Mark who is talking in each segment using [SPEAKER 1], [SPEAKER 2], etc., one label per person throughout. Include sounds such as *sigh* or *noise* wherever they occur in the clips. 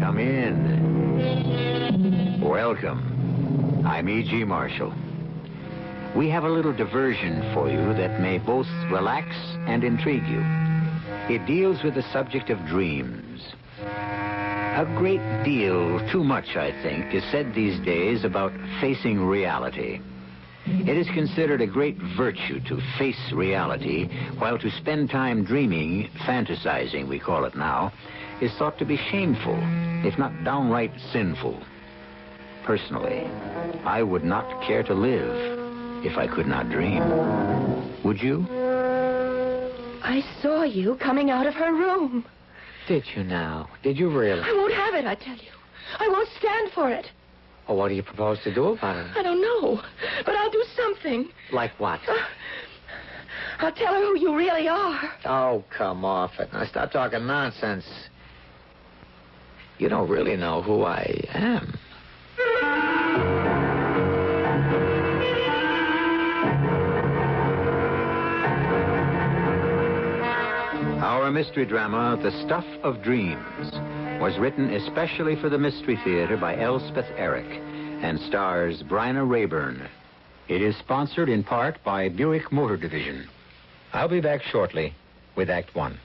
[SPEAKER 1] Come in. Welcome. I'm E.G. Marshall. We have a little diversion for you that may both relax and intrigue you. It deals with the subject of dreams. A great deal, too much, I think, is said these days about facing reality. It is considered a great virtue to face reality, while to spend time dreaming, fantasizing, we call it now, is thought to be shameful, if not downright sinful. Personally, I would not care to live if I could not dream. Would you?
[SPEAKER 2] I saw you coming out of her room.
[SPEAKER 3] Did you now? Did you really?
[SPEAKER 2] I won't have it, I tell you. I won't stand for it.
[SPEAKER 3] Well, what do you propose to do about it?
[SPEAKER 2] I don't know, but I'll do something.
[SPEAKER 3] Like what?
[SPEAKER 2] I'll tell her who you really are.
[SPEAKER 3] Oh, come off it. Now stop talking nonsense. You don't really know who I am.
[SPEAKER 1] Our mystery drama, The Stuff of Dreams, was written especially for the Mystery Theater by Elspeth Eric and stars Bryna Rayburn. It is sponsored in part by Buick Motor Division. I'll be back shortly with Act One.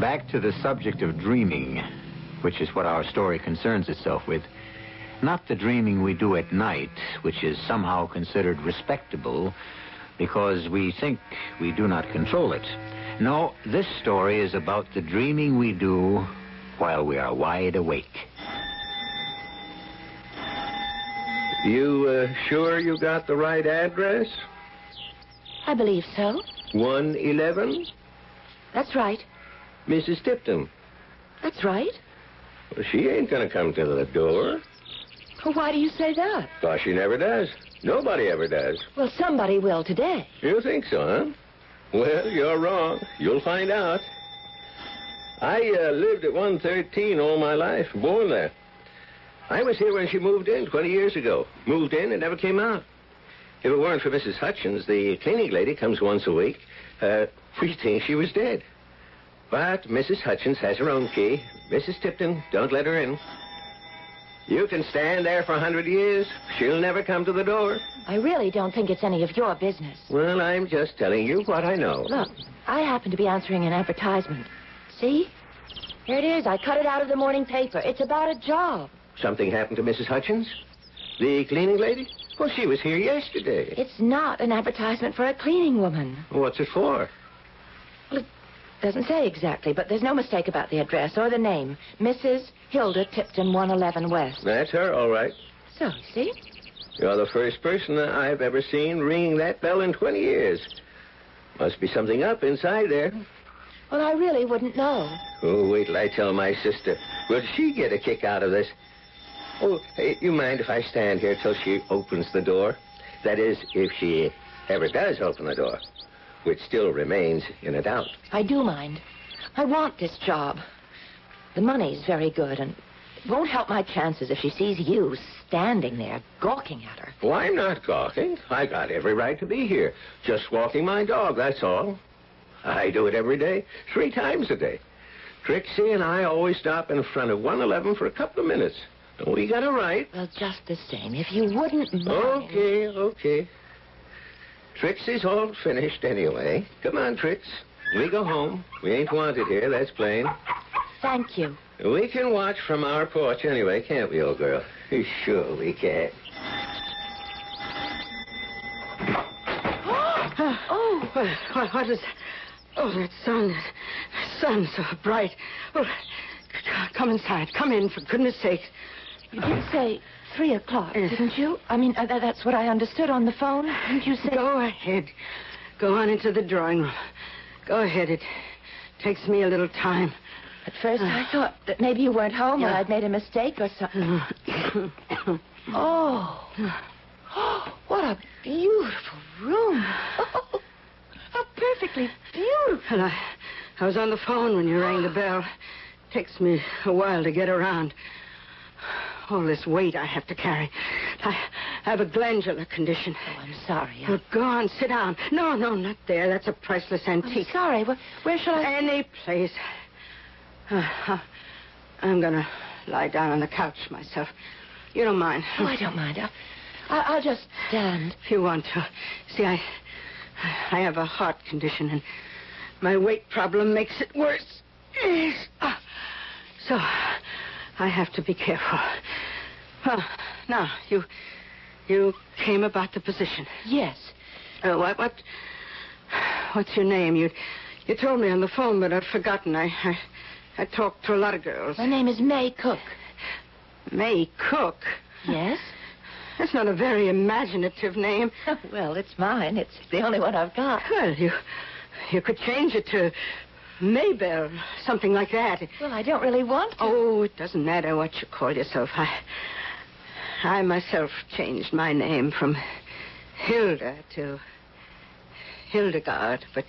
[SPEAKER 1] Back to the subject of dreaming, which is what our story concerns itself with. Not the dreaming we do at night, which is somehow considered respectable because we think we do not control it. No, this story is about the dreaming we do while we are wide awake.
[SPEAKER 4] You uh, sure you got the right address?
[SPEAKER 2] I believe so.
[SPEAKER 4] 111?
[SPEAKER 2] That's right.
[SPEAKER 4] Mrs. Tipton.
[SPEAKER 2] That's right.
[SPEAKER 4] Well, she ain't going to come to the door.
[SPEAKER 2] Well, why do you say that?
[SPEAKER 4] Why, she never does. Nobody ever does.
[SPEAKER 2] Well, somebody will today.
[SPEAKER 4] You think so, huh? Well, you're wrong. You'll find out. I uh, lived at 113 all my life, born there. I was here when she moved in 20 years ago. Moved in and never came out. If it weren't for Mrs. Hutchins, the cleaning lady comes once a week, uh, *laughs* we think she was dead. But Mrs. Hutchins has her own key. Mrs. Tipton, don't let her in. You can stand there for a hundred years. She'll never come to the door.
[SPEAKER 2] I really don't think it's any of your business.
[SPEAKER 4] Well, I'm just telling you what I know.
[SPEAKER 2] Look, I happen to be answering an advertisement. See? Here it is. I cut it out of the morning paper. It's about a job.
[SPEAKER 4] Something happened to Mrs. Hutchins? The cleaning lady? Well, she was here yesterday.
[SPEAKER 2] It's not an advertisement for a cleaning woman.
[SPEAKER 4] What's it for?
[SPEAKER 2] Well, it doesn't say exactly, but there's no mistake about the address or the name. Mrs. Hilda Tipton, 111 West.
[SPEAKER 4] That's her, all right.
[SPEAKER 2] So, you see?
[SPEAKER 4] You're the first person I've ever seen ringing that bell in 20 years. Must be something up inside there.
[SPEAKER 2] Well, I really wouldn't know.
[SPEAKER 4] Oh, wait till I tell my sister. Will she get a kick out of this? Oh, hey, you mind if I stand here till she opens the door? That is, if she ever does open the door, which still remains in a doubt.
[SPEAKER 2] I do mind. I want this job. The money's very good, and it won't help my chances if she sees you standing there gawking at her.
[SPEAKER 4] Well, I'm not gawking. I got every right to be here. Just walking my dog, that's all. I do it every day, three times a day. Trixie and I always stop in front of 111 for a couple of minutes. We got a right.
[SPEAKER 2] Well, just the same, if you wouldn't mind.
[SPEAKER 4] Okay, okay. Trixie's all finished anyway. Come on, Trix. We go home. We ain't wanted here, that's plain.
[SPEAKER 2] Thank you.
[SPEAKER 4] We can watch from our porch anyway, can't we, old girl? *laughs* Sure we can.
[SPEAKER 5] *sighs* Oh, what, what, what is that? Oh, that sun. That sun so bright. Oh, c- c- come inside. Come in, for goodness sake.
[SPEAKER 2] You did say three o'clock, didn't you? I mean, uh, tha- that's what I understood on the phone. Didn't you say?
[SPEAKER 4] Go ahead. Go on into the drawing room. Go ahead. It takes me a little time. *coughs*
[SPEAKER 2] At first,
[SPEAKER 5] Ah.
[SPEAKER 2] I thought that maybe you weren't home or
[SPEAKER 4] Yeah.
[SPEAKER 2] I'd made a mistake or something.
[SPEAKER 5] Mm.
[SPEAKER 2] oh. What a beautiful room. Oh, how perfectly beautiful.
[SPEAKER 4] And I, I was on the phone when you rang the bell. Takes me a while to get around. All this weight I have to carry. I, I have a glandular condition.
[SPEAKER 2] Oh, I'm sorry.
[SPEAKER 4] Well,
[SPEAKER 2] I'm,
[SPEAKER 4] go on, sit down. No, no, not there. That's a priceless
[SPEAKER 2] I'm
[SPEAKER 4] antique.
[SPEAKER 2] sorry. Where, where shall I?
[SPEAKER 4] Any place. Uh, I'm going to lie down on the couch myself. You don't mind.
[SPEAKER 2] Oh, I don't mind. I'll, I'll I'll just stand.
[SPEAKER 4] If you want to. See, I, I have a heart condition, and my weight problem makes it worse. Yes. Ah. So, I have to be careful. Well, now you, you came about the position.
[SPEAKER 2] Yes.
[SPEAKER 4] Uh, what, what, what's your name? You, you told me on the phone, but I've forgotten. I, I, I talked to a lot of girls.
[SPEAKER 2] My name is May Cook.
[SPEAKER 4] May Cook.
[SPEAKER 2] Yes?
[SPEAKER 4] That's not a very imaginative name.
[SPEAKER 2] *laughs* well, it's mine. It's the only one I've got.
[SPEAKER 4] Well, you, you could change it to Maybell, something like that.
[SPEAKER 2] Well, I don't really want to.
[SPEAKER 4] Oh, it doesn't matter what you call yourself. I, I myself changed my name from Hilda to Hildegard, but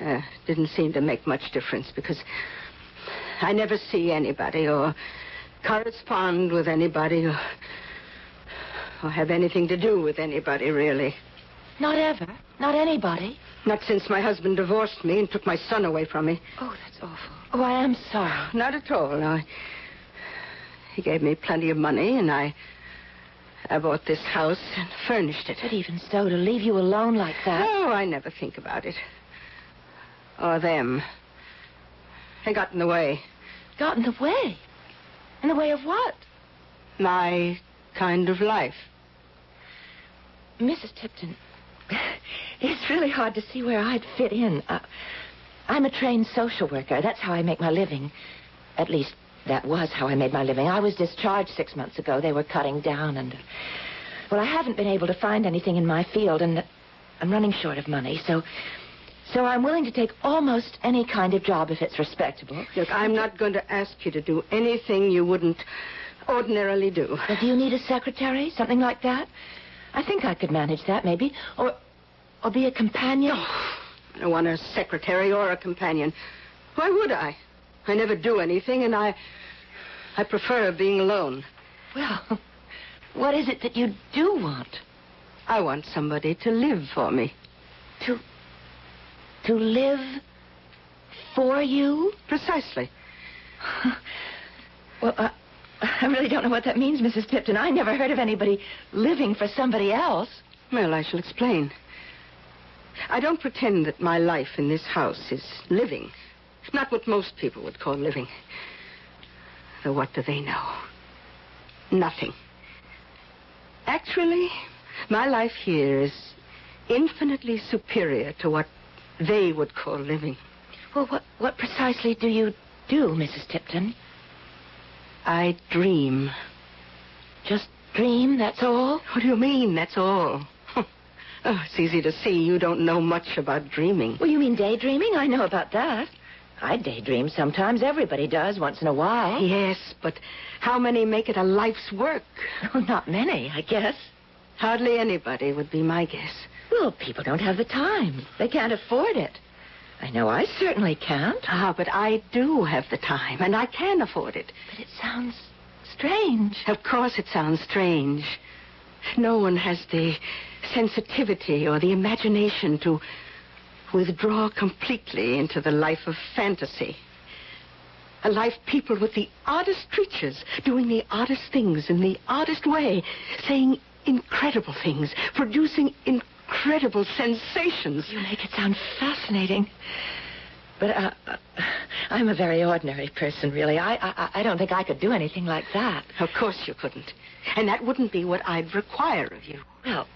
[SPEAKER 4] uh, didn't seem to make much difference because I never see anybody or correspond with anybody or, or have anything to do with anybody really.
[SPEAKER 2] Not ever. Not anybody.
[SPEAKER 4] Not since my husband divorced me and took my son away from me.
[SPEAKER 2] Oh, that's awful. Oh, I am sorry.
[SPEAKER 4] Not at all. No. He gave me plenty of money, and I, I bought this house and furnished it.
[SPEAKER 2] But even so, to leave you alone like that.
[SPEAKER 4] No, I never think about it. Or them. They got in the way.
[SPEAKER 2] Got in the way. In the way of what?
[SPEAKER 4] My kind of life.
[SPEAKER 2] Mrs. Tipton, it's really hard to see where I'd fit in. Uh, I'm a trained social worker. That's how I make my living. At least, that was how I made my living. I was discharged six months ago. They were cutting down, and. Uh, well, I haven't been able to find anything in my field, and uh, I'm running short of money, so. So I'm willing to take almost any kind of job if it's respectable.
[SPEAKER 4] Look, I'm not going to ask you to do anything you wouldn't
[SPEAKER 2] *laughs*
[SPEAKER 4] ordinarily do.
[SPEAKER 2] Now, do you need a secretary? Something like that? I think I could manage that, maybe. Or. Or be a companion?
[SPEAKER 4] I don't want a secretary or a companion. Why would I? I never do anything, and I, I prefer being alone.
[SPEAKER 2] Well, *laughs* what is it that you do want?
[SPEAKER 4] I want somebody to live for me.
[SPEAKER 2] To. to live for you?
[SPEAKER 4] Precisely.
[SPEAKER 2] *laughs* Well, I, I really don't know what that means, Mrs. Tipton. I never heard of anybody living for somebody else.
[SPEAKER 4] Well, I shall explain. I don't pretend that my life in this house is living. Not what most people would call living. Though what do they know? Nothing. Actually, my life here is infinitely superior to what they would call living.
[SPEAKER 2] Well, what, what precisely do you do, Mrs. Tipton?
[SPEAKER 4] I dream.
[SPEAKER 2] Just dream, that's all?
[SPEAKER 4] What do you mean, that's all? *laughs* oh, it's easy to see you don't know much about dreaming.
[SPEAKER 2] Well, you mean daydreaming? I know about that. I daydream sometimes. Everybody does, once in a while.
[SPEAKER 4] Yes, but how many make it a life's work?
[SPEAKER 2] Oh, Not many, I guess.
[SPEAKER 4] Hardly anybody would be my guess.
[SPEAKER 2] Well, people don't have the time. They can't afford it. I know I certainly can't.
[SPEAKER 4] Ah, but I do have the time, and I can afford it.
[SPEAKER 2] But it sounds strange.
[SPEAKER 4] Of course, it sounds strange. No one has the sensitivity or the imagination to withdraw completely into the life of fantasy. A life peopled with the oddest creatures, doing the oddest things in the oddest way, saying incredible things, producing incredible sensations.
[SPEAKER 2] You make it sound fascinating. But uh, uh, I'm a very ordinary person, really. I, I I don't think I could do anything like that.
[SPEAKER 4] Of course you couldn't. And that wouldn't be what I'd require of you.
[SPEAKER 2] Well,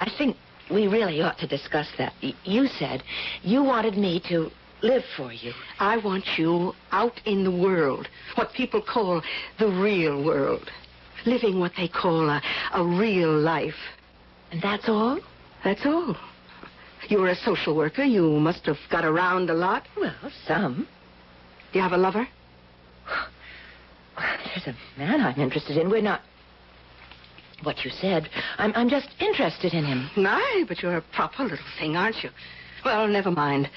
[SPEAKER 2] I think we really ought to discuss that. Y- You said you wanted me to live for you.
[SPEAKER 4] I want you out in the world, what people call the real world, living what they call a, a real life.
[SPEAKER 2] And that's all?
[SPEAKER 4] That's all. You were a social worker. You must have got around a lot.
[SPEAKER 2] Well, some.
[SPEAKER 4] Do you have a lover?
[SPEAKER 2] There's a man I'm interested in. We're not. What you said. I'm, I'm just interested in him.
[SPEAKER 4] My, but you're a proper little thing, aren't you? Well, never mind.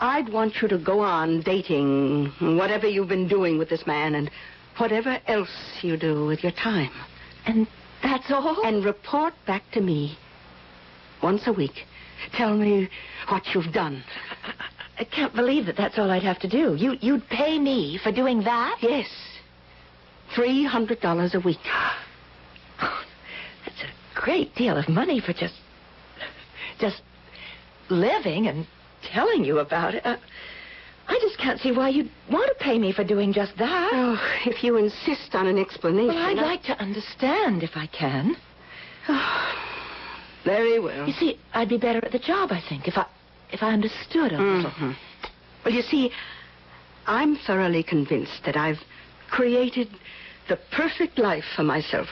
[SPEAKER 4] I'd want you to go on dating whatever you've been doing with this man and whatever else you do with your time.
[SPEAKER 2] And that's all?
[SPEAKER 4] And report back to me once a week. Tell me what you've done.
[SPEAKER 2] *laughs* I can't believe that that's all I'd have to do. You, you'd pay me for doing that?
[SPEAKER 4] Yes. $300 a
[SPEAKER 2] *gasps*
[SPEAKER 4] week. *laughs*
[SPEAKER 2] *sighs* That's a great deal of money for just. just living and telling you about it. Uh, I just can't see why you'd want to pay me for doing just that.
[SPEAKER 4] Oh, if you insist on an explanation.
[SPEAKER 2] well, I'd
[SPEAKER 4] I-
[SPEAKER 2] like to understand if I can.
[SPEAKER 4] *sighs* Very well.
[SPEAKER 2] You see, I'd be better at the job, I think, if I if I understood a little.
[SPEAKER 4] Well, you see, I'm thoroughly convinced that I've created the perfect life for myself.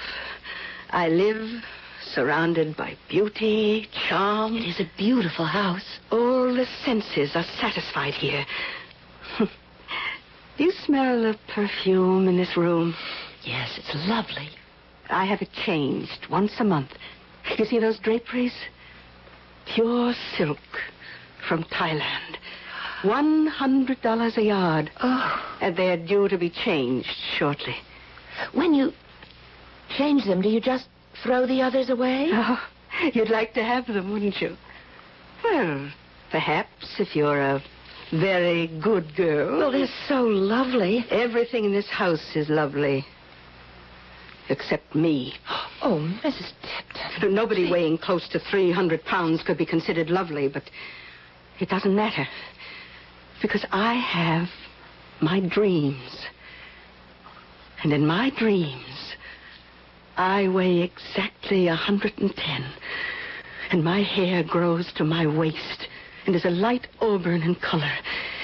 [SPEAKER 4] I live surrounded by beauty, charm.
[SPEAKER 2] It is a beautiful house.
[SPEAKER 4] All the senses are satisfied here. you smell the perfume in this room.
[SPEAKER 2] Yes, it's lovely.
[SPEAKER 4] I have it changed once a month. You see those draperies? Pure silk from Thailand. $100 a yard.
[SPEAKER 2] Oh.
[SPEAKER 4] And they're due to be changed shortly.
[SPEAKER 2] When you change them, do you just throw the others away?
[SPEAKER 4] Oh, you'd like to have them, wouldn't you? Well, perhaps if you're a very good girl.
[SPEAKER 2] well, they're so lovely.
[SPEAKER 4] Everything in this house is lovely. Except me.
[SPEAKER 2] Oh, Mrs. Tipton.
[SPEAKER 4] Nobody weighing close to 300 pounds could be considered lovely, but it doesn't matter. Because I have my dreams. And in my dreams, I weigh exactly 110. And my hair grows to my waist and is a light auburn in color.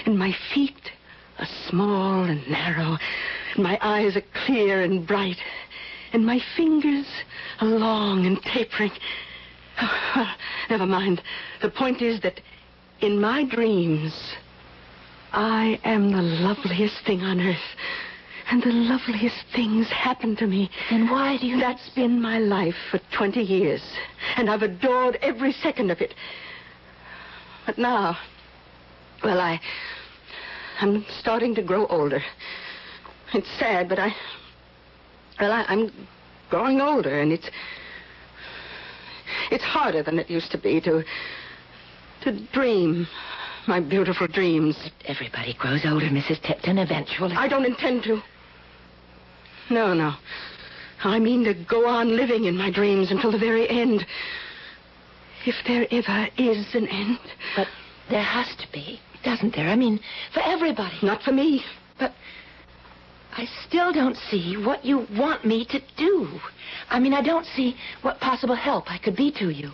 [SPEAKER 4] And my feet are small and narrow. And my eyes are clear and bright. And my fingers are long and tapering. *sighs* Oh, well, never mind. The point is that in my dreams, I am the loveliest thing on earth. And the loveliest things happen to me.
[SPEAKER 2] Then why do you-
[SPEAKER 4] That's been my life for 20 years. And I've adored every second of it. But now, well, I. I'm starting to grow older. It's sad, but I. Well, I, I'm growing older, and it's. It's harder than it used to be to. to dream my beautiful dreams.
[SPEAKER 2] Everybody grows older, Mrs. Tipton, eventually.
[SPEAKER 4] I don't intend to. No, no. I mean to go on living in my dreams until the very end. If there ever is an end.
[SPEAKER 2] But there has to be, doesn't there? I mean, for everybody.
[SPEAKER 4] Not for me.
[SPEAKER 2] But I still don't see what you want me to do. I mean, I don't see what possible help I could be to you.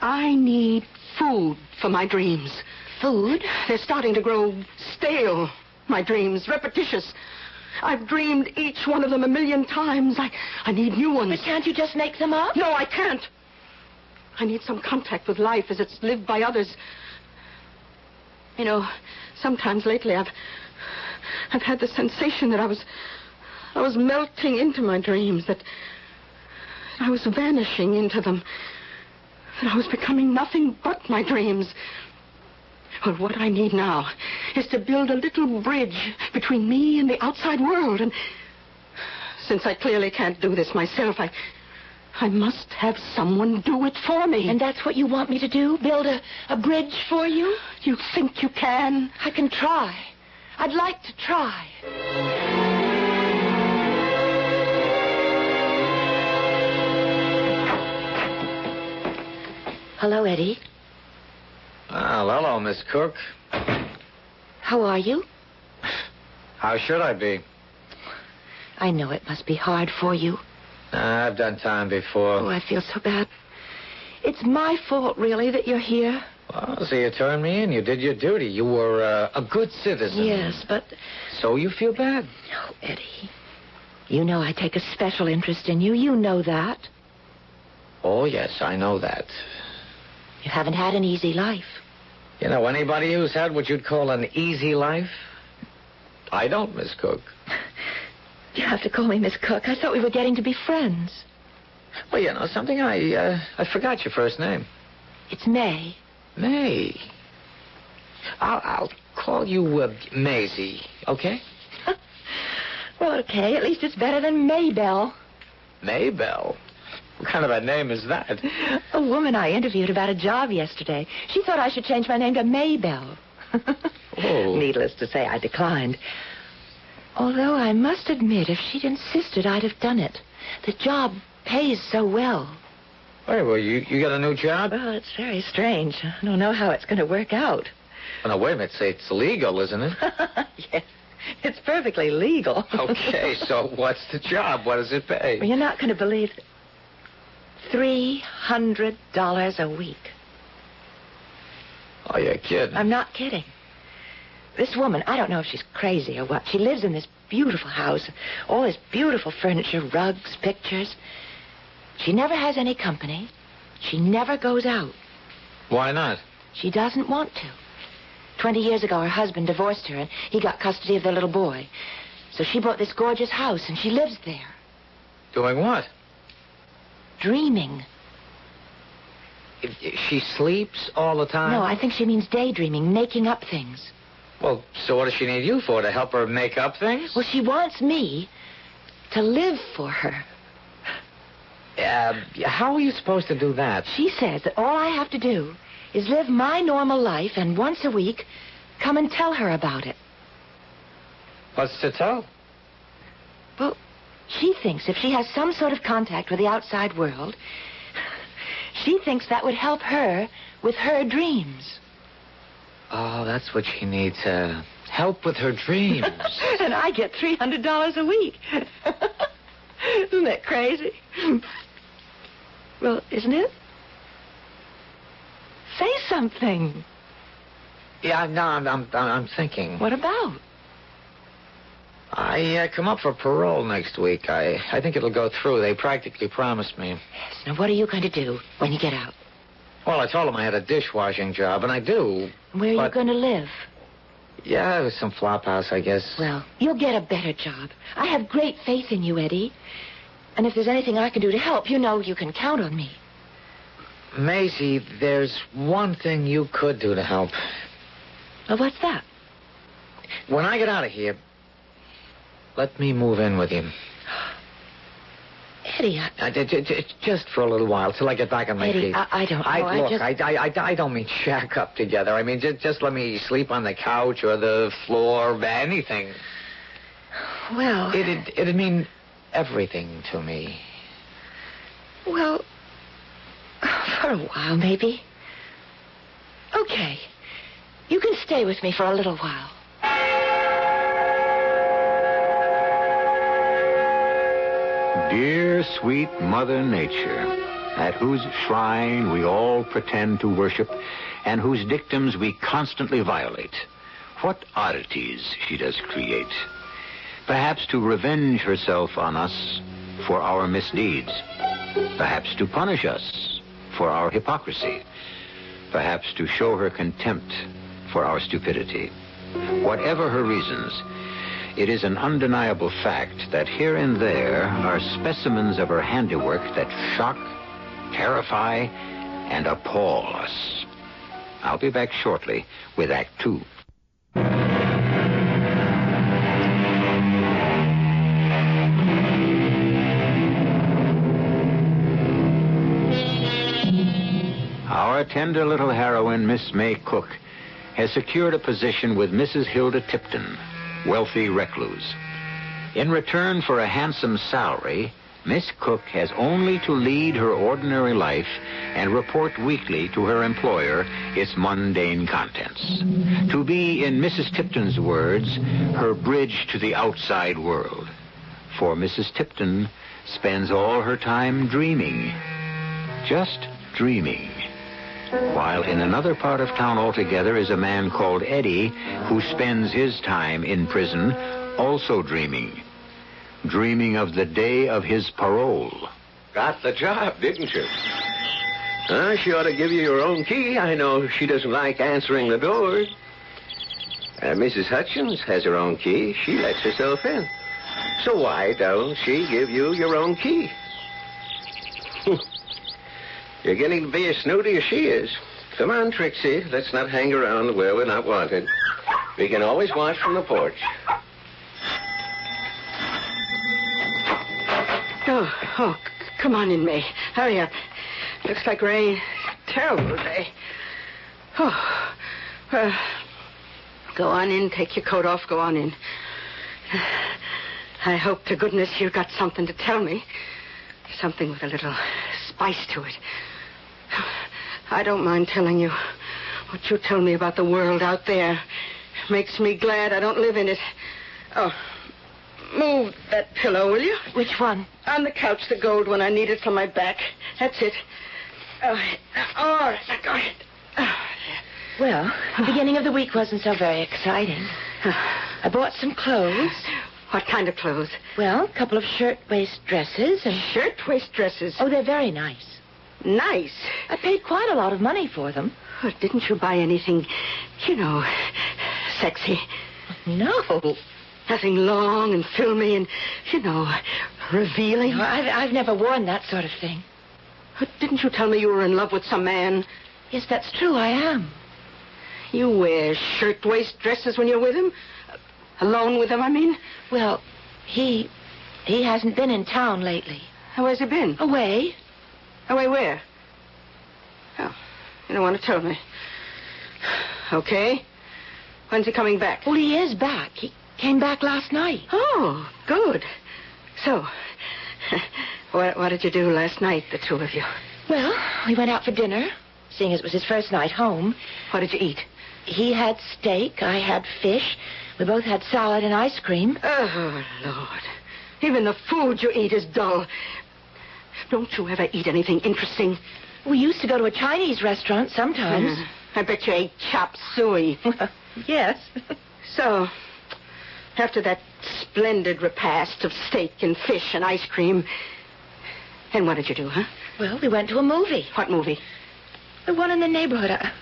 [SPEAKER 4] I need food for my dreams. Food? They're starting to grow stale, my dreams, repetitious. I've dreamed each one of them a million times. I, I need new ones.
[SPEAKER 2] But can't you just make them up?
[SPEAKER 4] No, I can't. I need some contact with life as it's lived by others. You know, sometimes lately I've I've had the sensation that I was I was melting into my dreams, that I was vanishing into them. That I was becoming nothing but my dreams. Well, what I need now is to build a little bridge between me and the outside world. And since I clearly can't do this myself, I, I must have someone do it for me.
[SPEAKER 2] And that's what you want me to do? Build a, a bridge for you?
[SPEAKER 4] you think you can?
[SPEAKER 2] I can try. I'd like to try. Hello, Eddie.
[SPEAKER 3] Well, hello, Miss Cook.
[SPEAKER 2] How are you?
[SPEAKER 3] How should I be?
[SPEAKER 2] I know it must be hard for you.
[SPEAKER 3] Uh, I've done time before.
[SPEAKER 2] Oh, I feel so bad. It's my fault, really, that you're here.
[SPEAKER 3] Oh, so you turned me in. You did your duty. You were uh, a good citizen.
[SPEAKER 2] Yes, but
[SPEAKER 3] So you feel bad.
[SPEAKER 2] no, Eddie. You know I take a special interest in you. You know that.
[SPEAKER 3] Oh, yes, I know that.
[SPEAKER 2] You haven't had an easy life.
[SPEAKER 3] You know, anybody who's had what you'd call an easy life? I don't, Miss Cook.
[SPEAKER 2] You have to call me Miss Cook. I thought we were getting to be friends.
[SPEAKER 3] Well, you know, something I, uh, I forgot your first name.
[SPEAKER 2] It's May.
[SPEAKER 3] May. I'll, I'll call you uh, Maisie, okay?
[SPEAKER 2] Well, okay. At least it's better than Maybell.
[SPEAKER 3] Maybell. What kind of a name is that?
[SPEAKER 2] A woman I interviewed about a job yesterday. She thought I should change my name to Maybell.
[SPEAKER 3] Oh.
[SPEAKER 2] Needless to say, I declined. Although I must admit, if she'd insisted, I'd have done it. The job pays so well.
[SPEAKER 3] Wait, well, you, you got a new job?
[SPEAKER 2] Well, it's Oh, very strange. I don't know how it's going to work out. *laughs*
[SPEAKER 3] Oh, no, wait a minute. Say, it's legal, isn't it? *laughs*
[SPEAKER 2] yes, it's perfectly legal. *laughs*
[SPEAKER 3] okay, so what's the job? What does it pay?
[SPEAKER 2] Well, you're not going to believe three hundred dollars a week.
[SPEAKER 3] Oh, you're kidding.
[SPEAKER 2] I'm not kidding. This woman, I don't know if she's crazy or what. She lives in this beautiful house, all this beautiful furniture, rugs, pictures. She never has any company. She never goes out.
[SPEAKER 3] Why not?
[SPEAKER 2] She doesn't want to. Twenty years ago, her husband divorced her, and he got custody of their little boy. So she bought this gorgeous house, and she lives there,
[SPEAKER 3] Doing what?
[SPEAKER 2] dreaming.
[SPEAKER 3] If- if She sleeps all the time?
[SPEAKER 2] No, I think she means daydreaming, making up things.
[SPEAKER 3] Well, so what does she need you for? To help her make up things?
[SPEAKER 2] Well, she wants me to live for her.
[SPEAKER 3] Uh, how are you supposed to do that?
[SPEAKER 2] She says that all I have to do is live my normal life and once a week come and tell her about it.
[SPEAKER 3] What's to tell?
[SPEAKER 2] Well, she thinks if she has some sort of contact with the outside world, *laughs* she thinks that would help her with her dreams.
[SPEAKER 3] Oh, that's what she needs. Uh, help with her
[SPEAKER 4] *laughs*
[SPEAKER 3] dreams.
[SPEAKER 2] *laughs* And I get $300 a week. *laughs* isn't that crazy? Well, isn't it? Say something.
[SPEAKER 3] yeah, no, I'm, I'm, I'm thinking.
[SPEAKER 2] What about?
[SPEAKER 3] I uh, come up for parole next week. I, I think it'll go through. They practically promised me.
[SPEAKER 2] Now, what are you going to do when you get out?
[SPEAKER 3] Well, I told them I had a dishwashing job, and I do.
[SPEAKER 2] Where are you
[SPEAKER 3] but-
[SPEAKER 2] going to live?
[SPEAKER 3] Yeah, it was some flop house, I guess.
[SPEAKER 2] Well, you'll get a better job. I have great faith in you, Eddie. And if there's anything I can do to help, you know you can count on me.
[SPEAKER 3] Maisie, there's one thing you could do to help.
[SPEAKER 2] Well, what's that?
[SPEAKER 3] When I get out of here, let me move in with you.
[SPEAKER 2] Eddie, I...
[SPEAKER 3] Uh, j- j- j- just for a little while, till I get back on my
[SPEAKER 2] Eddie,
[SPEAKER 3] feet.
[SPEAKER 2] I- I don't know. I
[SPEAKER 3] look,
[SPEAKER 2] just-
[SPEAKER 3] I, I, I, I don't mean shack up together. I mean, just, just let me sleep on the couch or the floor, anything.
[SPEAKER 2] well,
[SPEAKER 3] It'd, it'd mean everything to me.
[SPEAKER 2] well, for a while, maybe. Okay. You can stay with me for a little while.
[SPEAKER 1] Dear sweet Mother Nature, at whose shrine we all pretend to worship and whose dictums we constantly violate, what oddities she does create. Perhaps to revenge herself on us for our misdeeds. Perhaps to punish us for our hypocrisy. Perhaps to show her contempt for our stupidity. Whatever her reasons, it is an undeniable fact that here and there are specimens of her handiwork that shock, terrify, and appall us. I'll be back shortly with Act Two. Our tender little heroine, Miss May Cook, has secured a position with Mrs. Hilda Tipton, wealthy recluse. In return for a handsome salary, Miss Cook has only to lead her ordinary life and report weekly to her employer its mundane contents. To be, in Mrs. Tipton's words, her bridge to the outside world. For Mrs. Tipton spends all her time dreaming just dreaming. While in another part of town altogether is a man called Eddie who spends his time in prison also dreaming. Dreaming of the day of his parole.
[SPEAKER 6] Got the job, didn't you? Huh, she ought to give you your own key. I know she doesn't like answering the door. Uh, Mrs. Hutchins has her own key. She lets herself in. So why don't she give you your own key? You're getting to be as snooty as she is. Come on, Trixie. Let's not hang around where we're not wanted. We can always watch from the porch.
[SPEAKER 4] Oh, oh, c- come on in, May. Hurry up. Looks like rain. Terrible day. Oh, well, go on in. Take your coat off. Go on in. I hope to goodness you've got something to tell me. Something with a little spice to it. I don't mind telling you what you tell me about the world out there. Makes me glad I don't live in it. Oh, move that pillow, will you?
[SPEAKER 2] Which one?
[SPEAKER 4] On the couch, the gold one I needed for my back. That's it. All right. All right. Now go ahead. All right.
[SPEAKER 2] Well, the beginning
[SPEAKER 4] *sighs*
[SPEAKER 2] of the week wasn't so very exciting. I bought some clothes.
[SPEAKER 4] What kind of clothes?
[SPEAKER 2] Well, a couple of shirtwaist dresses and.
[SPEAKER 4] Shirtwaist dresses.
[SPEAKER 2] Uh, Oh, they're very nice.
[SPEAKER 4] nice.
[SPEAKER 2] I paid quite a lot of money for them.
[SPEAKER 4] Oh, didn't you buy anything, you know, sexy?
[SPEAKER 2] No.
[SPEAKER 4] Nothing long and filmy and, you know, revealing?
[SPEAKER 2] No, I've, I've never worn that sort of thing.
[SPEAKER 4] Oh, Didn't you tell me you were in love with some man?
[SPEAKER 2] Yes, that's true, I am.
[SPEAKER 4] You wear shirtwaist dresses when you're with him? Alone with him, I mean?
[SPEAKER 2] Well, he. he hasn't been in town lately.
[SPEAKER 4] Where's he been?
[SPEAKER 2] Away?
[SPEAKER 4] Away where? Oh, you don't want to tell me. Okay. When's he coming back?
[SPEAKER 2] Well, he is back. He came back last night.
[SPEAKER 4] Oh, good. So, *laughs* what, what did you do last night, the two of you?
[SPEAKER 2] Well, we went out for dinner, seeing as it was his first night home.
[SPEAKER 4] What did you eat?
[SPEAKER 2] He had steak, I had fish. We both had salad and ice cream.
[SPEAKER 4] Oh, Lord. Even the food you eat is dull. Don't you ever eat anything interesting?
[SPEAKER 2] We used to go to a Chinese restaurant sometimes.
[SPEAKER 4] Hmm. I bet you ate chop suey.
[SPEAKER 2] Hmm. *laughs* yes.
[SPEAKER 4] So, after that splendid repast of steak and fish and ice cream, and what did you do, huh?
[SPEAKER 2] Well, we went to a movie.
[SPEAKER 4] What movie?
[SPEAKER 2] The one in the neighborhood. I,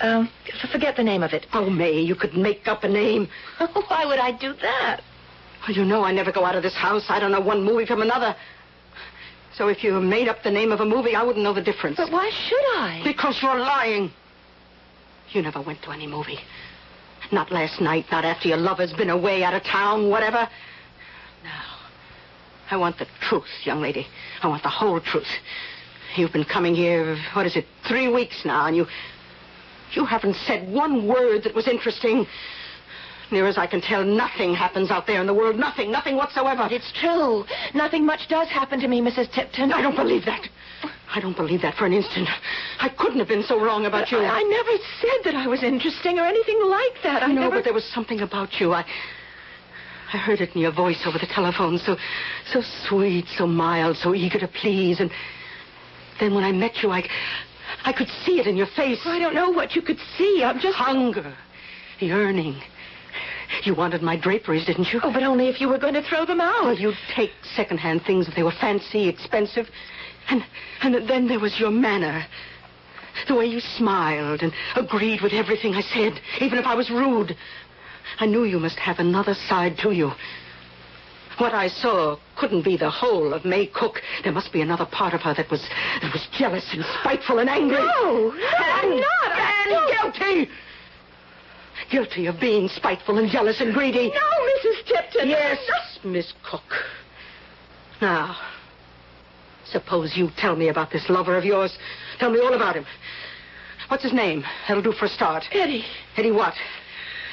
[SPEAKER 2] um, f- forget the name of it.
[SPEAKER 4] Oh, May, you could make up a name.
[SPEAKER 2] *laughs* Why would I do that?
[SPEAKER 4] Well, you know I never go out of this house. I don't know one movie from another. So if you made up the name of a movie, I wouldn't know the difference.
[SPEAKER 2] But why should I?
[SPEAKER 4] Because you're lying. You never went to any movie. Not last night, not after your lover's been away out of town, whatever. No. I want the truth, young lady. I want the whole truth. You've been coming here, what is it, three weeks now, and you. You haven't said one word that was interesting. Near as I can tell, nothing happens out there in the world. Nothing, nothing whatsoever.
[SPEAKER 2] But it's true. Nothing much does happen to me, Mrs. Tipton.
[SPEAKER 4] I don't believe that. I don't believe that for an instant. I couldn't have been so wrong about you.
[SPEAKER 2] I, I never said that I was interesting or anything like that. I
[SPEAKER 4] know,
[SPEAKER 2] never...
[SPEAKER 4] but there was something about you. I, I heard it in your voice over the telephone. So, so sweet, so mild, so eager to please. And then when I met you, I, I could see it in your face.
[SPEAKER 2] I don't know what you could see. I'm just.
[SPEAKER 4] Hunger, yearning. You wanted my draperies, didn't you?
[SPEAKER 2] Oh, but only if you were going to throw them
[SPEAKER 4] Well,
[SPEAKER 2] out.
[SPEAKER 4] you'd take secondhand things if they were fancy, expensive. And, and then there was your manner. The way you smiled and agreed with everything I said, even if I was rude. I knew you must have another side to you. What I saw couldn't be the whole of May Cook. There must be another part of her that was that was jealous and spiteful and angry.
[SPEAKER 2] No, no, I'm
[SPEAKER 4] and,
[SPEAKER 2] not. I
[SPEAKER 4] And
[SPEAKER 2] don't.
[SPEAKER 4] guilty. Guilty of being spiteful and jealous and greedy.
[SPEAKER 2] Mrs. Tipton.
[SPEAKER 4] Yes, Miss Cook. Now, suppose you tell me about this lover of yours. Tell me all about him. What's his name? That'll do for a start.
[SPEAKER 2] Eddie,
[SPEAKER 4] Eddie what?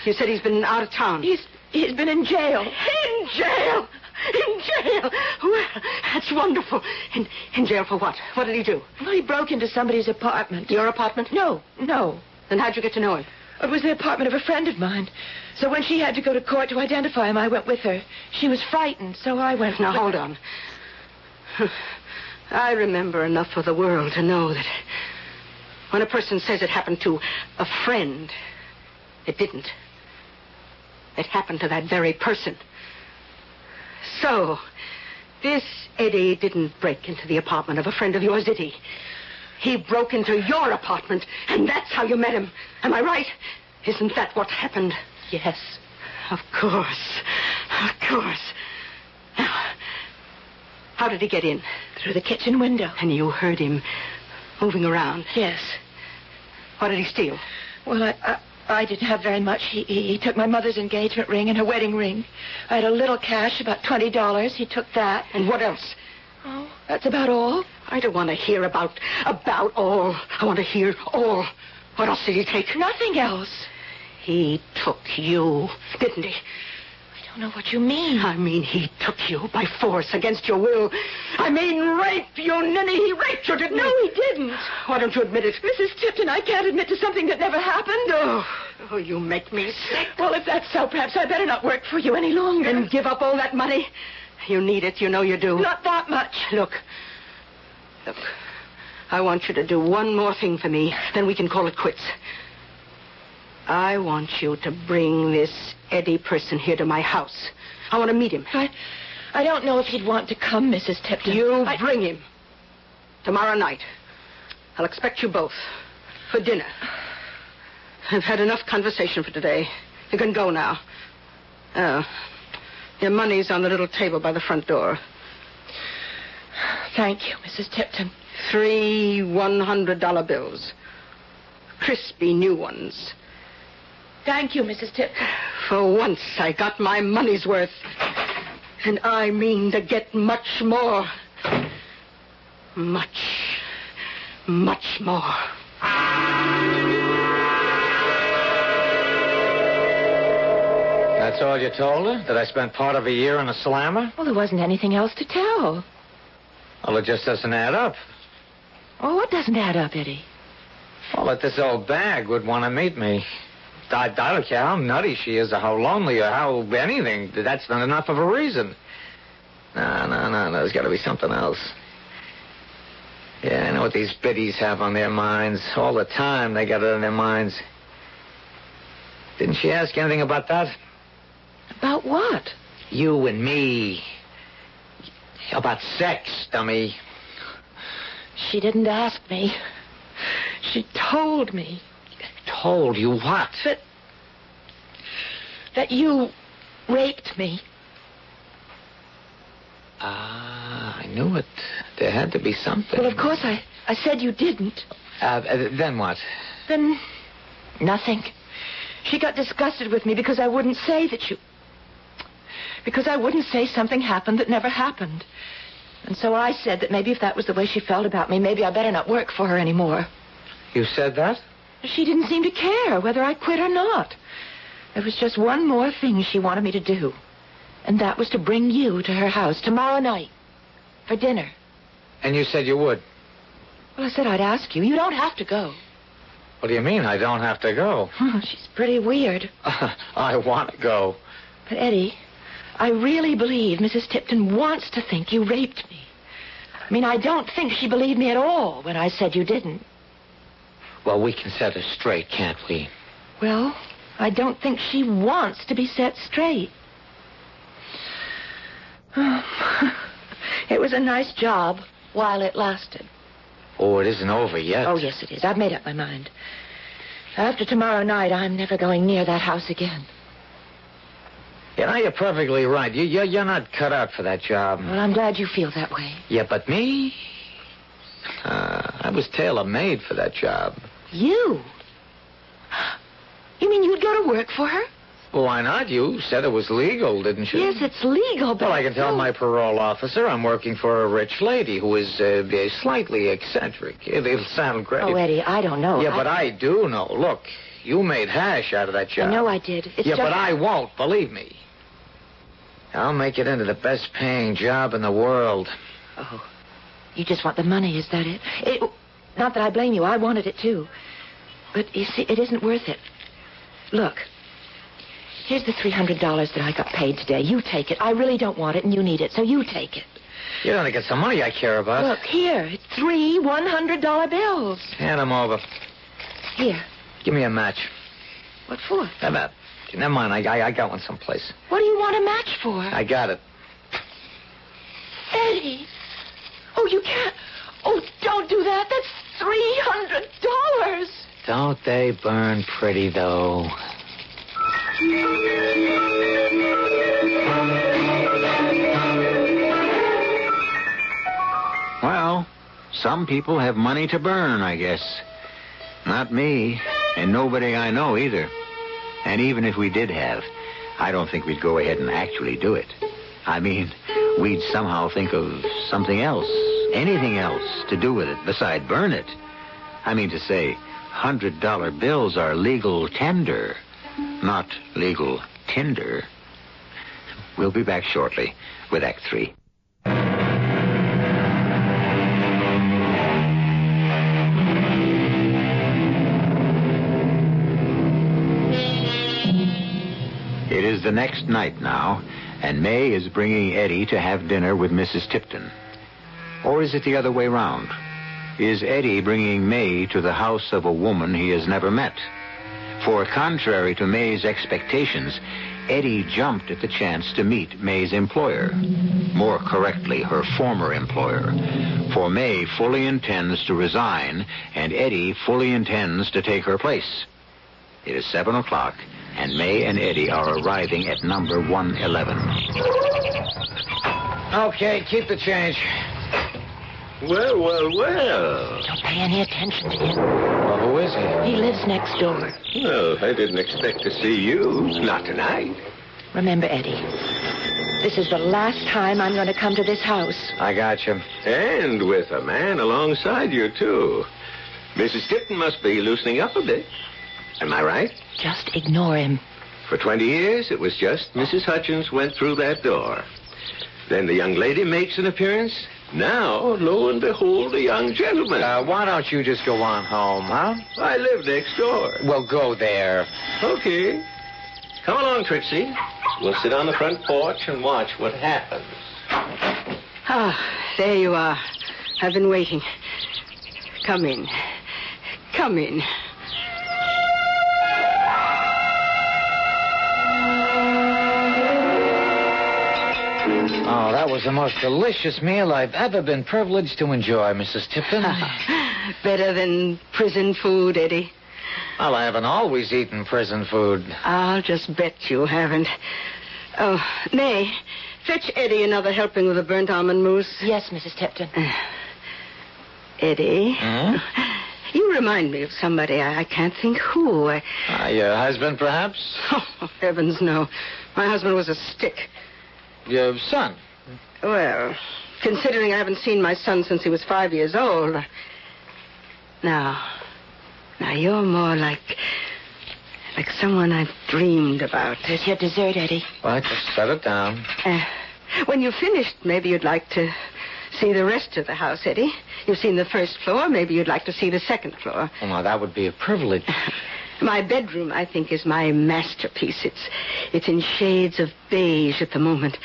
[SPEAKER 4] You said he's been out of town.
[SPEAKER 2] he's he's been in jail.
[SPEAKER 4] in jail. In jail. Well, that's wonderful. In, in jail for what? What did he do?
[SPEAKER 2] Well, he broke into somebody's apartment.
[SPEAKER 4] Your apartment?
[SPEAKER 2] No, no.
[SPEAKER 4] Then how'd you get to know him?
[SPEAKER 2] It was the apartment of a friend of mine. So when she had to go to court to identify him, I went with her. She was frightened, so I went.
[SPEAKER 4] Now, hold on. I remember enough of the world to know that When a person says it happened to a friend, it didn't. It happened to that very person. So, this Eddie didn't break into the apartment of a friend of yours, did he? He broke into your apartment, and that's how you met him. Am I right? Isn't that what happened?
[SPEAKER 2] Yes.
[SPEAKER 4] Of course. Of course. Now, how did he get in?
[SPEAKER 2] Through the kitchen window.
[SPEAKER 4] And you heard him moving around.
[SPEAKER 2] Yes.
[SPEAKER 4] What did he steal?
[SPEAKER 2] Well, I, I, I didn't have very much. He, he, he took my mother's engagement ring and her wedding ring. I had a little cash, about $20. He took that.
[SPEAKER 4] And what else?
[SPEAKER 2] Oh, that's about all.
[SPEAKER 4] I don't want to hear about about all. I want to hear all. What else did he take?
[SPEAKER 2] Nothing else.
[SPEAKER 4] He took you, didn't he?
[SPEAKER 2] I don't know what you mean.
[SPEAKER 4] I mean, he took you by force against your will. I mean, rape you, Ninny. He raped you, didn't
[SPEAKER 2] No, he didn't.
[SPEAKER 4] Why don't you admit it?
[SPEAKER 2] Mrs. Tipton, I can't admit to something that never happened.
[SPEAKER 4] Oh, oh, you make me sick.
[SPEAKER 2] Well, if that's so, perhaps I'd better not work for you any longer.
[SPEAKER 4] And give up all that money? You need it. You know you do.
[SPEAKER 2] Not that much.
[SPEAKER 4] Look. Look. I want you to do one more thing for me, then we can call it quits. I want you to bring this Eddie person here to my house. I want to meet him.
[SPEAKER 2] I, I don't know if he'd want to come, Mrs. Tipton.
[SPEAKER 4] You
[SPEAKER 2] I-
[SPEAKER 4] bring him. Tomorrow night. I'll expect you both for dinner. I've had enough conversation for today. You can go now. Oh, your money's on the little table by the front door.
[SPEAKER 2] Thank you, Mrs. Tipton.
[SPEAKER 4] Three $100 bills. Crispy new ones.
[SPEAKER 2] Thank you, Mrs. Tipton.
[SPEAKER 4] For once, I got my money's worth. And I mean to get much more. Much, much more.
[SPEAKER 1] That's all you told her? That I spent part of a year in a slammer?
[SPEAKER 2] Well, there wasn't anything else to tell.
[SPEAKER 1] Well, it just doesn't add up.
[SPEAKER 2] Oh, what doesn't add up, Eddie?
[SPEAKER 1] Well, that this old bag would want to meet me. I, I don't care how nutty she is or how lonely or how anything. That's not enough of a reason. No, no, no, no. There's got to be something else. Yeah, I know what these biddies have on their minds. All the time they got it on their minds. Didn't she ask anything about that?
[SPEAKER 2] About what?
[SPEAKER 1] You and me. About sex, dummy.
[SPEAKER 2] She didn't ask me. She told me
[SPEAKER 1] Told you what?
[SPEAKER 2] that that you raped me.
[SPEAKER 1] Ah, I knew it. There had to be something.
[SPEAKER 2] Well, of course I I said you didn't.
[SPEAKER 1] Uh, uh, then what?
[SPEAKER 2] Then nothing. She got disgusted with me because I wouldn't say that you because I wouldn't say something happened that never happened. And so I said that maybe if that was the way she felt about me, maybe I better not work for her anymore.
[SPEAKER 1] You said that?
[SPEAKER 2] She didn't seem to care whether I quit or not. There was just one more thing she wanted me to do, and that was to bring you to her house tomorrow night for dinner.
[SPEAKER 1] And you said you would.
[SPEAKER 2] Well, I said I'd ask you. You don't have to go.
[SPEAKER 1] What do you mean I don't have to go? *laughs*
[SPEAKER 2] She's pretty weird.
[SPEAKER 1] I want to go.
[SPEAKER 2] But, Eddie, I really believe Mrs. Tipton wants to think you raped me. I mean, I don't think she believed me at all when I said you didn't.
[SPEAKER 1] Well, we can set her straight, can't we?
[SPEAKER 2] Well, I don't think she wants to be set straight. *sighs* it was a nice job while it lasted.
[SPEAKER 1] Oh, it isn't over yet.
[SPEAKER 2] Oh, yes, it is. I've made up my mind. After tomorrow night, I'm never going near that house again.
[SPEAKER 1] You know, you're perfectly right. You, you're, you're not cut out for that job.
[SPEAKER 2] Well, I'm glad you feel that way.
[SPEAKER 1] Yeah, but me? Uh, I was tailor-made for that job.
[SPEAKER 2] You? *gasps* You mean you'd go to work for her?
[SPEAKER 1] Well, why not? You said it was legal, didn't you?
[SPEAKER 2] Yes, it's legal, but.
[SPEAKER 1] Well, I can tell
[SPEAKER 2] no.
[SPEAKER 1] my parole officer I'm working for a rich lady who is uh, slightly eccentric. It, it'll sound great.
[SPEAKER 2] Oh, Eddie, I don't know.
[SPEAKER 1] yeah, but I do know. Look, you made hash out of that
[SPEAKER 2] I
[SPEAKER 1] job.
[SPEAKER 2] know I did. It's
[SPEAKER 1] uh, yeah,
[SPEAKER 2] just...
[SPEAKER 1] but I won't, believe me. I'll make it into the best paying job in the world.
[SPEAKER 2] Oh. You just want the money, is that it? it? Not that I blame you. I wanted it, too. But, you see, it isn't worth it. Look. Here's the $300 that I got paid today. You take it. I really don't want it, and you need it, so you take it.
[SPEAKER 3] You're going to get some money I care about.
[SPEAKER 2] Look, here. Three $100 bills.
[SPEAKER 3] Hand them over.
[SPEAKER 2] Here.
[SPEAKER 3] Give me a match.
[SPEAKER 2] What for?
[SPEAKER 3] Never, mind. never mind. I, I, I got one someplace.
[SPEAKER 2] What do you want a match for?
[SPEAKER 3] I got it.
[SPEAKER 2] Eddie. Oh, you can't. Oh, don't do that. That's $300.
[SPEAKER 3] Don't they burn pretty, though?
[SPEAKER 1] Well, some people have money to burn, I guess. Not me, and nobody I know either. And even if we did have, I don't think we'd go ahead and actually do it. I mean, we'd somehow think of something else, anything else to do with it beside burn it. I mean to say, hundred dollar bills are legal tender, not legal tinder. We'll be back shortly with Act Three. It is the next night now, and May is bringing Eddie to have dinner with Mrs. Tipton. Or is it the other way round? Is Eddie bringing May to the house of a woman he has never met? For contrary to May's expectations, Eddie jumped at the chance to meet May's employer. More correctly, her former employer. For May fully intends to resign, and Eddie fully intends to take her place. It is 7 o'clock, and May and Eddie are arriving at number 111.
[SPEAKER 3] Okay, keep the change.
[SPEAKER 6] Well, well, well.
[SPEAKER 2] Don't pay any attention to him.
[SPEAKER 3] Well, who is he?
[SPEAKER 2] He lives next door.
[SPEAKER 6] Well, I didn't expect to see you. Not tonight.
[SPEAKER 2] Remember, Eddie, this is the last time I'm going to come to this house.
[SPEAKER 3] I got you.
[SPEAKER 6] And with a man alongside you, too. Mrs. Tipton must be loosening up a bit. Am I right?
[SPEAKER 2] Just ignore him.
[SPEAKER 6] For 20 years, it was just Mrs. Hutchins went through that door. Then the young lady makes an appearance. Now, lo and behold, a young gentleman.
[SPEAKER 3] Uh, why don't you just go on home, huh?
[SPEAKER 6] I live next door.
[SPEAKER 3] Well, go there.
[SPEAKER 6] Okay. Come along, Trixie. We'll sit on the front porch and watch what happens.
[SPEAKER 4] Ah, there you are. I've been waiting. Come in. Come in.
[SPEAKER 3] Oh, that was the most delicious meal I've ever been privileged to enjoy, Mrs. Tipton.
[SPEAKER 4] Better than prison food, Eddie.
[SPEAKER 3] well, I haven't always eaten prison food.
[SPEAKER 4] I'll just bet you haven't. Oh, May, fetch Eddie another helping of the burnt almond mousse.
[SPEAKER 2] Yes, Mrs. Tipton.
[SPEAKER 4] Eddie,
[SPEAKER 3] Hmm?
[SPEAKER 4] you remind me of somebody. I, I can't think who. I, *laughs*
[SPEAKER 3] Uh, your husband, perhaps?
[SPEAKER 4] oh, heavens, no. My husband was a stick.
[SPEAKER 3] Your son?
[SPEAKER 4] Well, considering I haven't seen my son since he was five years old. Now, now you're more like, like someone I've dreamed about.
[SPEAKER 2] There's your dessert, Eddie.
[SPEAKER 3] Well, just set it down.
[SPEAKER 4] Uh, when you've finished, maybe you'd like to see the rest of the house, Eddie. You've seen the first floor. Maybe you'd like to see the second floor.
[SPEAKER 3] Well, now, that would be a privilege.
[SPEAKER 4] My bedroom, I think, is my masterpiece. It's, it's in shades of beige at the moment,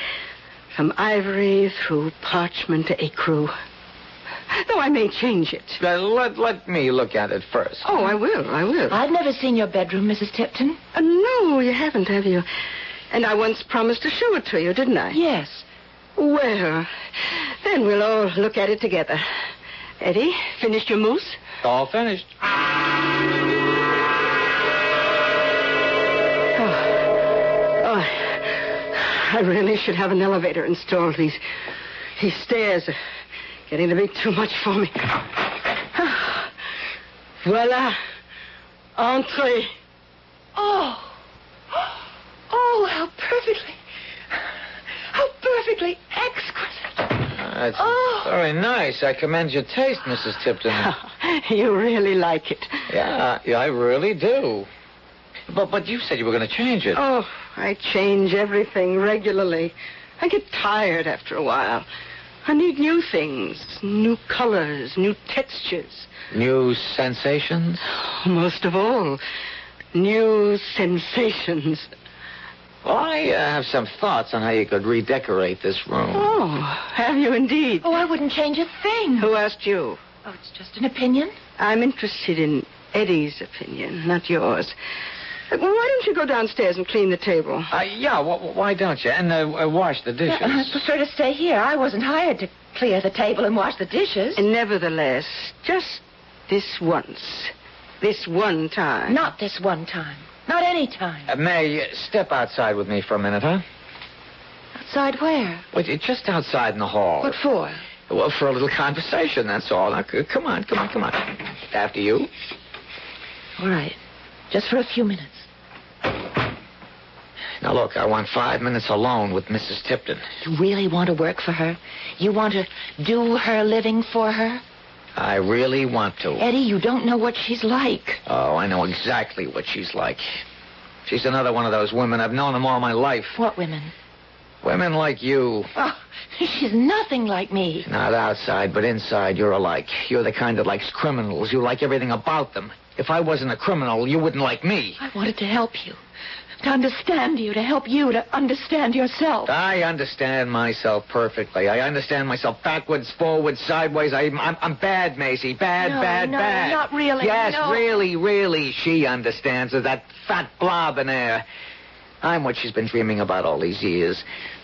[SPEAKER 4] from ivory through parchment to ecru. Though I may change it.
[SPEAKER 3] Uh, let, let me look at it first.
[SPEAKER 4] Oh, I will. I will.
[SPEAKER 2] I've never seen your bedroom, Mrs. Tipton.
[SPEAKER 4] Uh, no, you haven't, have you? And I once promised to show it to you, didn't I?
[SPEAKER 2] Yes.
[SPEAKER 4] Well, then we'll all look at it together. Eddie, finished your mousse?
[SPEAKER 3] All finished.
[SPEAKER 4] Oh, I really should have an elevator installed. These, these stairs are getting to be too much for me. *sighs* Voila. Entree.
[SPEAKER 2] Oh. Oh, how perfectly. How perfectly exquisite.
[SPEAKER 3] That's Uh,
[SPEAKER 2] Oh.
[SPEAKER 3] very nice. I commend your taste, Mrs.
[SPEAKER 4] *laughs*
[SPEAKER 3] Tipton.
[SPEAKER 4] You really like it.
[SPEAKER 3] yeah, yeah, I really do. But but you said you were going to change it.
[SPEAKER 4] Oh, I change everything regularly. I get tired after a while. I need new things, new colors, new textures.
[SPEAKER 3] New sensations?
[SPEAKER 4] Most of all, new sensations.
[SPEAKER 1] Well, I uh, have some thoughts on how you could redecorate this room.
[SPEAKER 4] Oh, have you indeed?
[SPEAKER 2] Oh, I wouldn't change a thing.
[SPEAKER 4] Who asked you?
[SPEAKER 2] Oh, it's just an opinion.
[SPEAKER 4] I'm interested in Eddie's opinion, not yours. Uh, Why don't you go downstairs and clean the table?
[SPEAKER 1] Uh, yeah, wh- wh- why don't you? And uh, uh, wash the dishes.
[SPEAKER 2] I *laughs* prefer to stay here. I wasn't hired to clear the table and wash the dishes.
[SPEAKER 4] And nevertheless, just this once, this one time.
[SPEAKER 2] Not this one time. Not any time.
[SPEAKER 1] Uh, May, uh, step outside with me for a minute, huh?
[SPEAKER 2] Outside where?
[SPEAKER 1] Wait, uh, just outside in the hall.
[SPEAKER 2] What for?
[SPEAKER 1] Well, for a little conversation, that's all. Now, c- come on, come on, come on. After you.
[SPEAKER 2] All right. Just for a few minutes.
[SPEAKER 1] Now, look, I want five minutes alone with Mrs. Tipton.
[SPEAKER 2] You really want to work for her? You want to do her living for her?
[SPEAKER 1] I really want to.
[SPEAKER 2] Eddie, you don't know what she's like.
[SPEAKER 1] Oh, I know exactly what she's like. She's another one of those women. I've known them all my life.
[SPEAKER 2] What women?
[SPEAKER 1] Women like you.
[SPEAKER 2] Oh, she's nothing like me.
[SPEAKER 1] Not outside, but inside, you're alike. You're the kind that likes criminals. You like everything about them. If I wasn't a criminal, you wouldn't like me.
[SPEAKER 2] I wanted to help you, to understand you, to help you to understand yourself.
[SPEAKER 1] I understand myself perfectly. I understand myself backwards, forwards, sideways. I, I'm, I'm bad, Macy. Bad,
[SPEAKER 2] No,
[SPEAKER 1] bad,
[SPEAKER 2] no,
[SPEAKER 1] bad.
[SPEAKER 2] not really,
[SPEAKER 1] Yes,
[SPEAKER 2] no.
[SPEAKER 1] really, really, she understands it. That fat blob in there. I'm what she's been dreaming about all these years.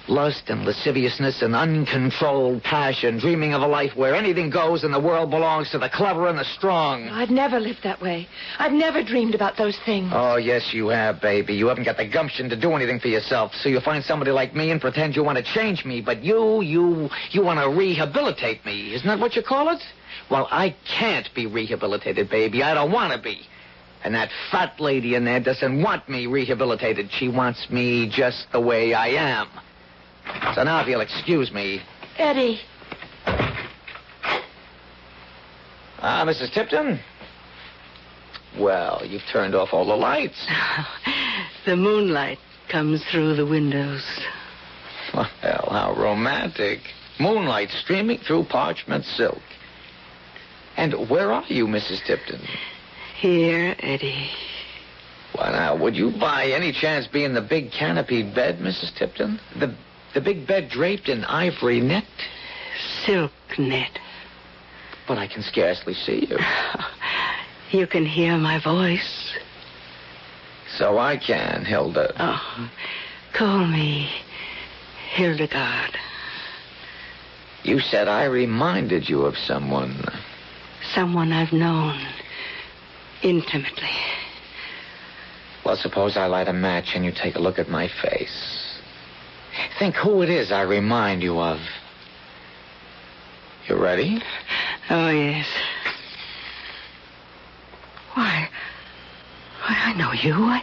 [SPEAKER 1] Lust and lasciviousness and uncontrolled passion. Dreaming of a life where anything goes and the world belongs to the clever and the strong.
[SPEAKER 2] I've never lived that way. I've never dreamed about those things.
[SPEAKER 4] Uh.
[SPEAKER 1] Oh, yes, you have, baby. You haven't got the gumption to do anything for yourself, so you find somebody like me and pretend you want to change me, but you, you, you want to rehabilitate me. Isn't that what you call it? Well, I can't be rehabilitated, baby. I don't want to be. And that fat lady in there doesn't want me rehabilitated. She wants me just the way I am. So now, if you'll excuse me.
[SPEAKER 2] Eddie,
[SPEAKER 1] Ah, Mrs. Tipton? Well, you've turned off all the lights.
[SPEAKER 4] *laughs* The moonlight comes through the windows.
[SPEAKER 1] Well, how romantic. Moonlight streaming through parchment silk. And where are you, Mrs. Tipton?
[SPEAKER 4] Here, Eddie.
[SPEAKER 1] Why, now, would you by any chance be in the big canopied bed, Mrs. Tipton? The, the big bed draped in ivory net?
[SPEAKER 4] Silk net.
[SPEAKER 1] But I can scarcely see you.
[SPEAKER 4] *laughs* You can hear my voice.
[SPEAKER 1] So I can, Hilda.
[SPEAKER 4] Oh, call me Hildegard.
[SPEAKER 1] You said I reminded you of someone.
[SPEAKER 4] Someone I've known intimately.
[SPEAKER 1] Well, suppose I light a match and you take a look at my face. Think who it is I remind you of. You ready?
[SPEAKER 4] Oh, yes. Why? Why, I know you. I,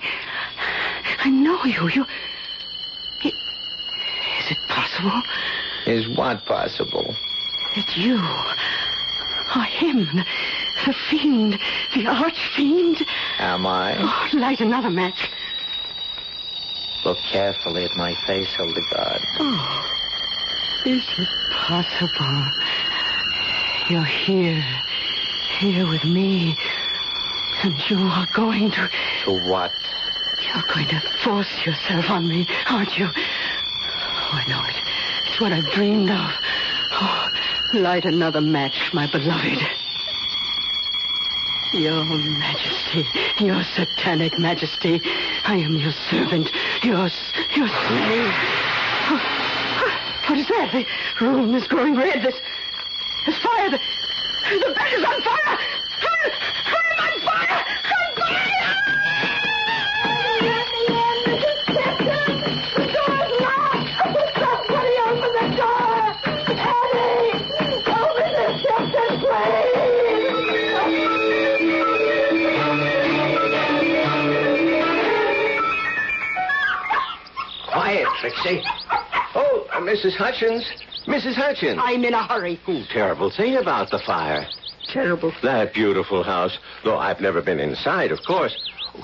[SPEAKER 4] I know you. You. I- Is it possible?
[SPEAKER 1] Is what possible?
[SPEAKER 4] It's you. Or him. The, the fiend. The archfiend.
[SPEAKER 1] Am I?
[SPEAKER 4] Oh, light another match.
[SPEAKER 1] Look carefully at my face, Hildegard. Oh.
[SPEAKER 4] Is it possible? You're here. Here with me. And you are going to.
[SPEAKER 1] To what?
[SPEAKER 4] You're going to force yourself on me, aren't you? Oh, I know it. It's what I've dreamed of. Oh, light another match, my beloved. Your Majesty, your satanic Majesty, I am your servant, your s- your slave. Oh, what is that? The room is growing red. There's, there's fire. The, the bed is on fire. Run, run, I'm on fire. I'm on fire.
[SPEAKER 1] Quiet, Trixie.
[SPEAKER 7] Oh, uh, Mrs. Hutchins. Mrs. Hutchins.
[SPEAKER 4] I'm in a hurry.
[SPEAKER 7] Ooh, terrible thing about the fire.
[SPEAKER 4] Terrible.
[SPEAKER 7] That beautiful house. Though I've never been inside, of course.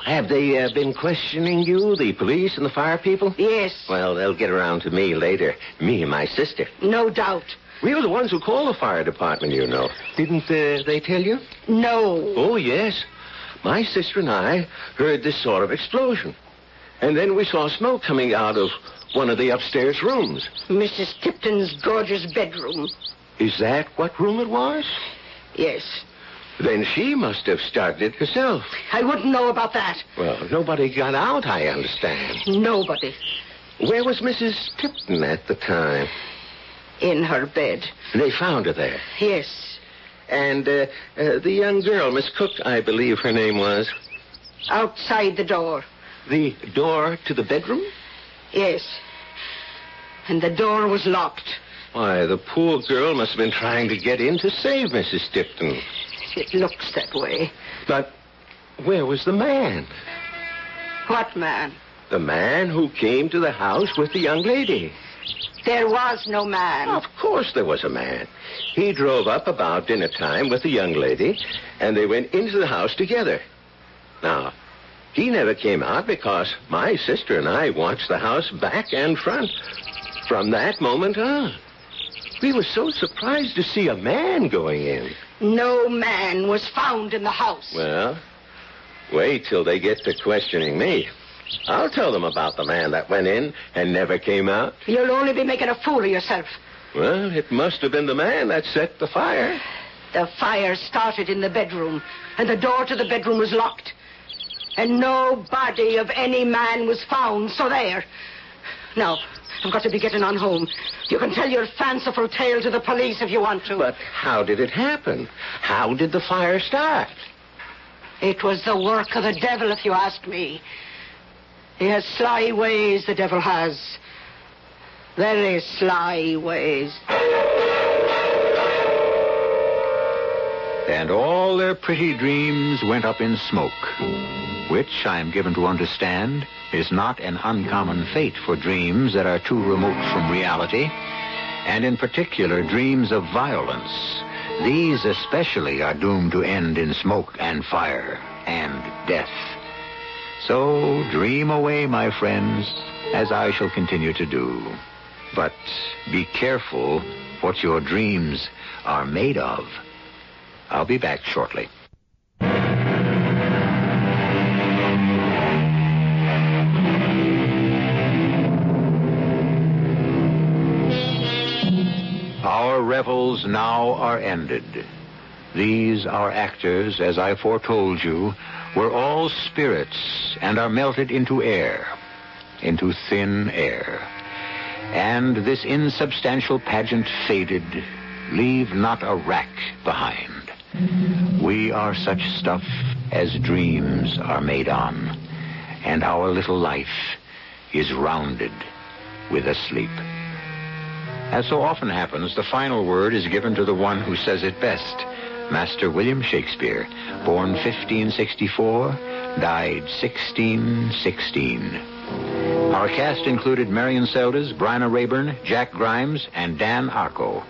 [SPEAKER 7] Have they uh, been questioning you, the police and the fire people?
[SPEAKER 4] Yes.
[SPEAKER 7] Well, they'll get around to me later. Me and my sister.
[SPEAKER 4] No doubt.
[SPEAKER 7] We were the ones who called the fire department, you know. Didn't uh, they tell you?
[SPEAKER 4] No.
[SPEAKER 7] Oh, yes. My sister and I heard this sort of explosion.
[SPEAKER 6] And then we saw smoke coming out of one of the upstairs rooms.
[SPEAKER 4] Mrs. Tipton's gorgeous bedroom.
[SPEAKER 6] Is that what room it was?
[SPEAKER 4] Yes.
[SPEAKER 6] Then she must have started it herself.
[SPEAKER 4] I wouldn't know about that.
[SPEAKER 6] Well, nobody got out, I understand.
[SPEAKER 4] Nobody.
[SPEAKER 6] Where was Mrs. Tipton at the time?
[SPEAKER 4] In her bed.
[SPEAKER 6] They found her there.
[SPEAKER 4] Yes.
[SPEAKER 6] And uh, uh, the young girl, Miss Cook, I believe her name was.
[SPEAKER 4] Outside the door.
[SPEAKER 6] The door to the bedroom?
[SPEAKER 4] Yes. And the door was locked.
[SPEAKER 6] Why, the poor girl must have been trying to get in to save Mrs. Tipton.
[SPEAKER 4] It looks that way.
[SPEAKER 6] But where was the man?
[SPEAKER 4] What man?
[SPEAKER 6] The man who came to the house with the young lady.
[SPEAKER 4] There was no man.
[SPEAKER 1] Oh.
[SPEAKER 6] Of course there was a man. He drove up about dinner time with the young lady, and they went into the house together. Now, he never came out because my sister and I watched the house back and front from that moment on. We were so surprised to see a man going in.
[SPEAKER 4] No man was found in the house.
[SPEAKER 6] Well, wait till they get to questioning me. I'll tell them about the man that went in and never came out.
[SPEAKER 4] You'll only be making a fool of yourself.
[SPEAKER 6] Well, it must have been the man that set the fire.
[SPEAKER 4] The fire started in the bedroom, and the door to the bedroom was locked. And no body of any man was found, so there. Now, I've got to be getting on home. You can tell your fanciful tale to the police if you want to.
[SPEAKER 6] But how did it happen? How did the fire start?
[SPEAKER 4] It was the work of the devil, if you ask me. He has sly ways, the devil has. Very sly ways.
[SPEAKER 1] And all their pretty dreams went up in smoke, which I am given to understand is not an uncommon fate for dreams that are too remote from reality, and in particular dreams of violence. These especially are doomed to end in smoke and fire and death. So dream away, my friends, as I shall continue to do. But be careful what your dreams are made of. I'll be back shortly. Our revels now are ended. These, our actors, as I foretold you, were all spirits and are melted into air, into thin air. And this insubstantial pageant faded, leave not a rack behind. We are such stuff as dreams are made on, and our little life is rounded with a sleep. As so often happens, the final word is given to the one who says it best, Master William Shakespeare, born 1564, died 1616. Our cast included Marion Seldes, Bryna Rayburn, Jack Grimes, and Dan Arco.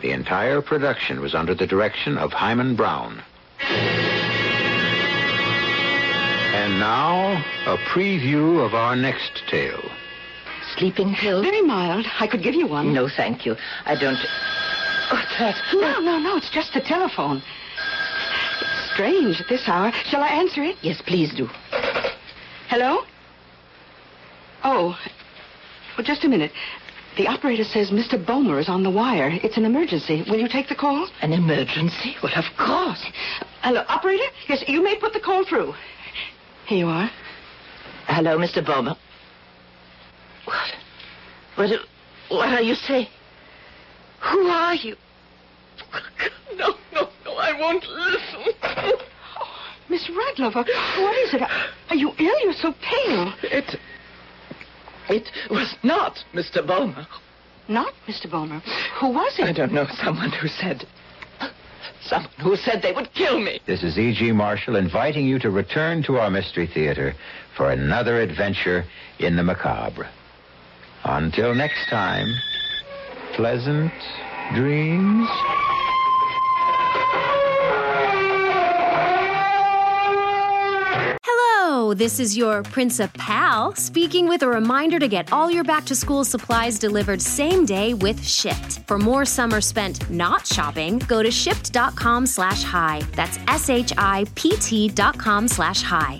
[SPEAKER 1] The entire production was under the direction of Hyman Brown. And now, a preview of our next tale.
[SPEAKER 2] Sleeping pills?
[SPEAKER 4] Very mild. I could give you one.
[SPEAKER 2] No, thank you. I don't. What's that?
[SPEAKER 4] No, no, no. It's just the telephone. It's strange at this hour. Shall I answer it?
[SPEAKER 2] Yes, please do.
[SPEAKER 4] Hello? Oh. Well, just a minute. The operator says Mr. Bomer is on the wire. It's an emergency. Will you take the call?
[SPEAKER 2] An emergency? Well, of course.
[SPEAKER 4] Hello, operator? Yes, you may put the call through. Here you are.
[SPEAKER 2] Hello, Mr. Bomer. What? What, do- what are you saying? Who are you? No, no, no, I won't listen.
[SPEAKER 4] Miss Radlover, what is it? Are you ill? You're so pale.
[SPEAKER 2] It. It was not Mr. Bomer.
[SPEAKER 4] Not Mr. Bomer. Who was it?
[SPEAKER 2] I don't know. Someone who said. Someone who said they would kill me.
[SPEAKER 1] This is E.G. Marshall inviting you to return to our Mystery Theater for another adventure in the macabre. Until next time, pleasant dreams.
[SPEAKER 8] Hello, this is your Principal speaking with a reminder to get all your back to school supplies delivered same day with Shipped. For more summer spent not shopping, go to shipped.com slash high. That's S H I P T dot com slash high.